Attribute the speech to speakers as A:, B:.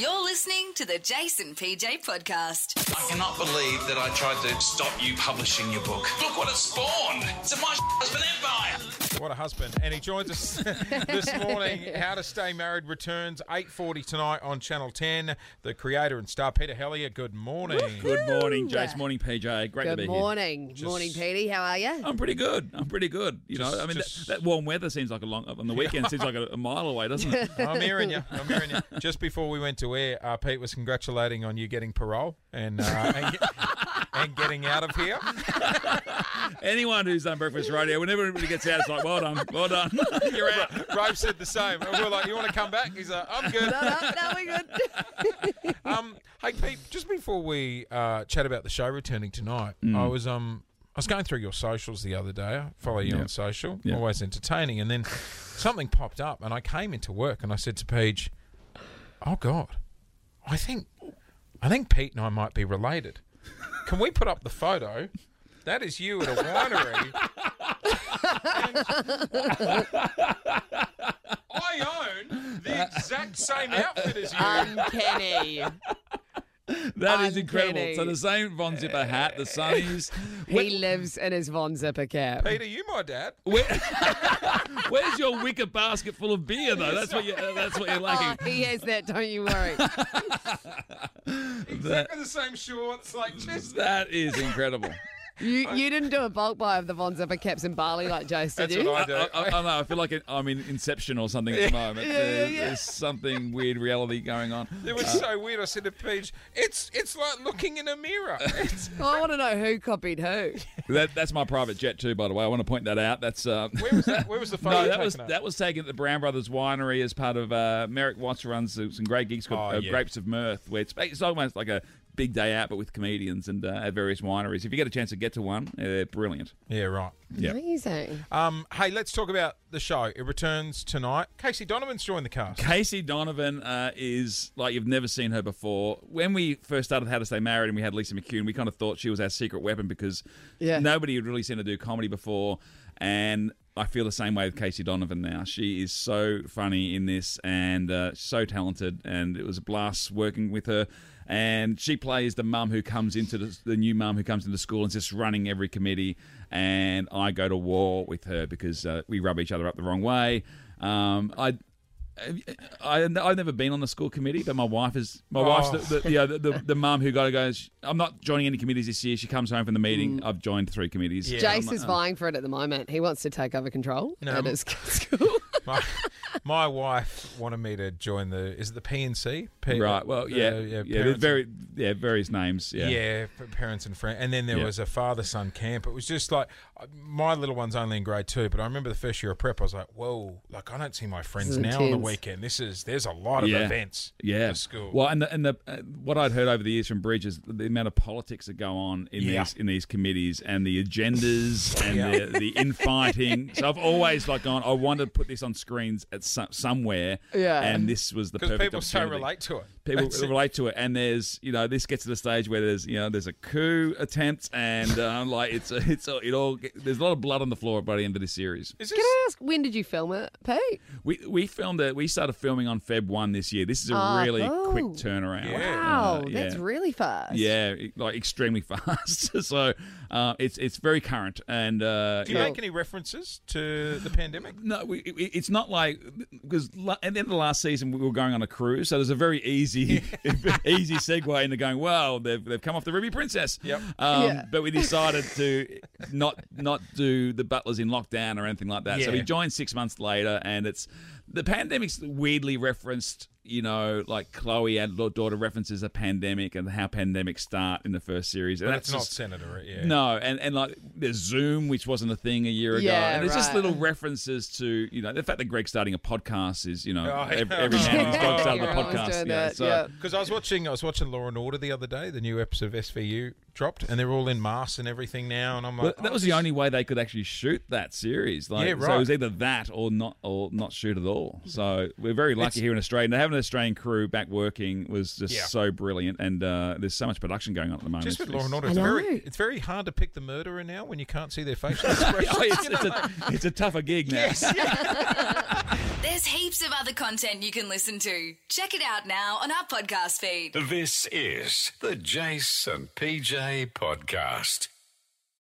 A: listening to the Jason PJ podcast.
B: I cannot believe that I tried to stop you publishing your book. Look what it spawned! It's a my husband empire!
C: What a husband. And he joins us this morning. How to Stay Married returns 8.40 tonight on Channel 10. The creator and star Peter Hellier, good morning.
D: Good morning, Jace. Morning, PJ. Great to
E: Good
D: be
E: morning. Morning, Petey. How are you?
D: here. I'm pretty good. I'm pretty good. You
C: Just-
D: know, I mean,
C: just-
D: that, that warm weather seems like a long on the weekend seems like a, a mile away, doesn't it?
C: I'm hearing you. I'm hearing you. Just before we went to air, uh, Pete was congratulating on you getting parole and, uh, and, and getting out of here.
D: Anyone who's done breakfast radio, whenever everybody gets out, it's like, well done, well done. You're out.
C: Rove said the same. And we we're like, you want to come back? He's like, I'm good.
E: No, no, no, we're good.
C: Um, hey, Pete, just before we uh, chat about the show returning tonight,
D: Mm.
C: I was um, I was going through your socials the other day. I follow you on social,
D: Yeah.
C: always entertaining. And then something popped up, and I came into work and I said to Paige, "Oh God, I think, I think Pete and I might be related. Can we put up the photo? That is you at a winery." I own the exact same outfit as you.
D: Um,
E: Uncanny.
D: That is
E: I'm
D: incredible.
E: kidding.
D: So the same Von Zipper hat, the sunnies.
E: He lives in his Von Zipper cap.
C: Peter, you my dad.
D: Where, where's your wicker basket full of beer, though? That's what you. uh, That's what you're
E: Oh,
D: lacking.
E: he has that, don't you worry.
D: That,
C: the same shorts, like
D: Mm.
C: just.
D: that is incredible.
E: You, you didn't do a bulk buy of the Von Zipper caps in Bali like Jace, did
C: That's
E: you?
C: what I
D: I,
C: do.
D: I, I don't know. I feel like it, I'm in Inception or something at the moment. There- There's something weird reality going on.
C: It was so weird. I said to Paige, "It's it's like looking in a mirror." It's,
E: I want to know who copied who.
D: That, that's my private jet too, by the way. I want to point that out. That's uh,
C: where was that? Where was the photo?
D: no, that
C: taken
D: was
C: at?
D: that was taken at the Brown Brothers Winery as part of uh, Merrick Watts runs some some great gigs called
C: Oh,
D: uh,
C: yeah.
D: Grapes of Mirth, where it's, it's almost like a big day out, but with comedians and uh, at various wineries. If you get a chance to get to one, uh, they're brilliant.
C: Yeah, right.
D: Yep.
E: Amazing.
C: Um, hey, let's talk about the show. It returns tonight. Casey Donovan's joined the cast.
D: Casey Donovan uh, is like you've never seen her before. When we first started How to Stay Married and we had Lisa McCune, we kind of thought she was our secret weapon because
E: Yeah.
D: nobody had really seen her do comedy before. And I feel the same way with Casey Donovan now. She is so funny in this and uh, so talented. And it was a blast working with her. And she plays the mum who comes into the, the new mum who comes into school and is just running every committee. And I go to war with her because uh, we rub each other up the wrong way. Um, I I, I've never been on the school committee, but my wife is my wife's
C: Oh.
D: the, the, you know, the, the, the mum who got to go. she- I'm not joining any committees this year. She comes home from the meeting.
C: Mm.
D: I've joined three committees.
E: Jace
D: uh,
E: is vying for it at the moment. He wants to take over control
C: No,
E: at
C: I'm-
E: his school.
C: My, my wife wanted me to join the. Is it the PNC? P-
D: "Oh, Right. Well,
C: the,
D: yeah,
C: uh,
D: yeah,
C: parents-
D: very, yeah, various names. Yeah.
C: Yeah. p- parents and friends. And then there
D: Yeah.
C: was a father son camp. It was just like uh, my little one's only in grade two, but I remember the first year of prep, I was like, whoa, like I don't see my friends
E: is
C: now on the
E: intense.
C: weekend. This is, there's a lot of
D: Yeah.
C: events
D: Yeah.
C: at school.
D: Well, and the, and the uh, what I'd heard over the years from Bridge is the amount of politics that go on in
C: Yeah.
D: these in these committees and the agendas and the, the infighting. So I've always like gone. I want to put this on screens at some, somewhere.
E: Yeah.
D: And this was the
C: because
D: perfect
C: people so
D: opportunity.
C: relate to it.
D: people
C: That's it.
D: relate to it and there's you know this gets to the stage where there's you know there's a coup attempt and uh, like it's it's it all there's a lot of blood on the floor by the end of this series
C: Is
E: Can
C: this,
E: I ask, when did you film it, Pete?
D: we we filmed it we started filming on feb 1 this year this is a
E: Ah,
D: really
E: oh.
D: quick turnaround
E: Wow,
D: Uh,
E: that's
D: yeah.
E: really fast.
D: yeah, it- like extremely fast. so uh, it's it's very current, and uh,
C: do you
D: yeah.
C: make any references to the pandemic?
D: no, we, it- it's not like because la- at the end of the last season we were going on a cruise, so there's a very easy, easy segue into going. Wow, they've, they've come off the Ruby Princess.
C: Yep.
D: Um,
E: Yeah.
D: But we decided to not not do the butlers in lockdown or anything like that. So
C: Yeah.
D: we joined six months later, and it's the pandemic's weirdly referenced. You know, like Chloe and daughter references a pandemic and how pandemics start in the first series, and
C: But
D: that's
C: it's not
D: just-
C: Senator, yeah.
D: no, and, and like there's Zoom, which wasn't a thing a year ago.
E: Yeah,
D: and it's just
E: right.
D: little references to, you know, the fact that Greg's starting a podcast is, you know,
C: Oh,
D: ev-
C: yeah.
D: every now and then he's got to start the
E: You're always
D: podcast.
E: doing
D: Yeah,
E: that,
D: so
E: yeah.
C: Because I was watching, I was watching Law and Order the other day. The new episode of SVU dropped, and they're all in masks and everything now. And I'm like, oh,
D: But that was the only way they could actually shoot that series. Like,
C: Yeah,
D: So
C: right.
D: it was either that or not, or not shoot at all.
E: Mm-hmm.
D: So we're very lucky here in Australia. And having an Australian crew back working was just
C: Yeah.
D: so brilliant. And uh, there's so much production going on at the moment.
C: Just with
D: It's-
C: Law and Order,
E: I
C: it's very,
E: know.
C: it's very hard to pick the murderer now when you can't see their facial expressions.
D: Oh, it's,
C: You know,
D: it's, a, it's a tougher gig now.
C: yes, yeah.
A: There's heaps of other content you can listen to. Check it out now on our podcast feed.
F: This is the Jason PJ Podcast.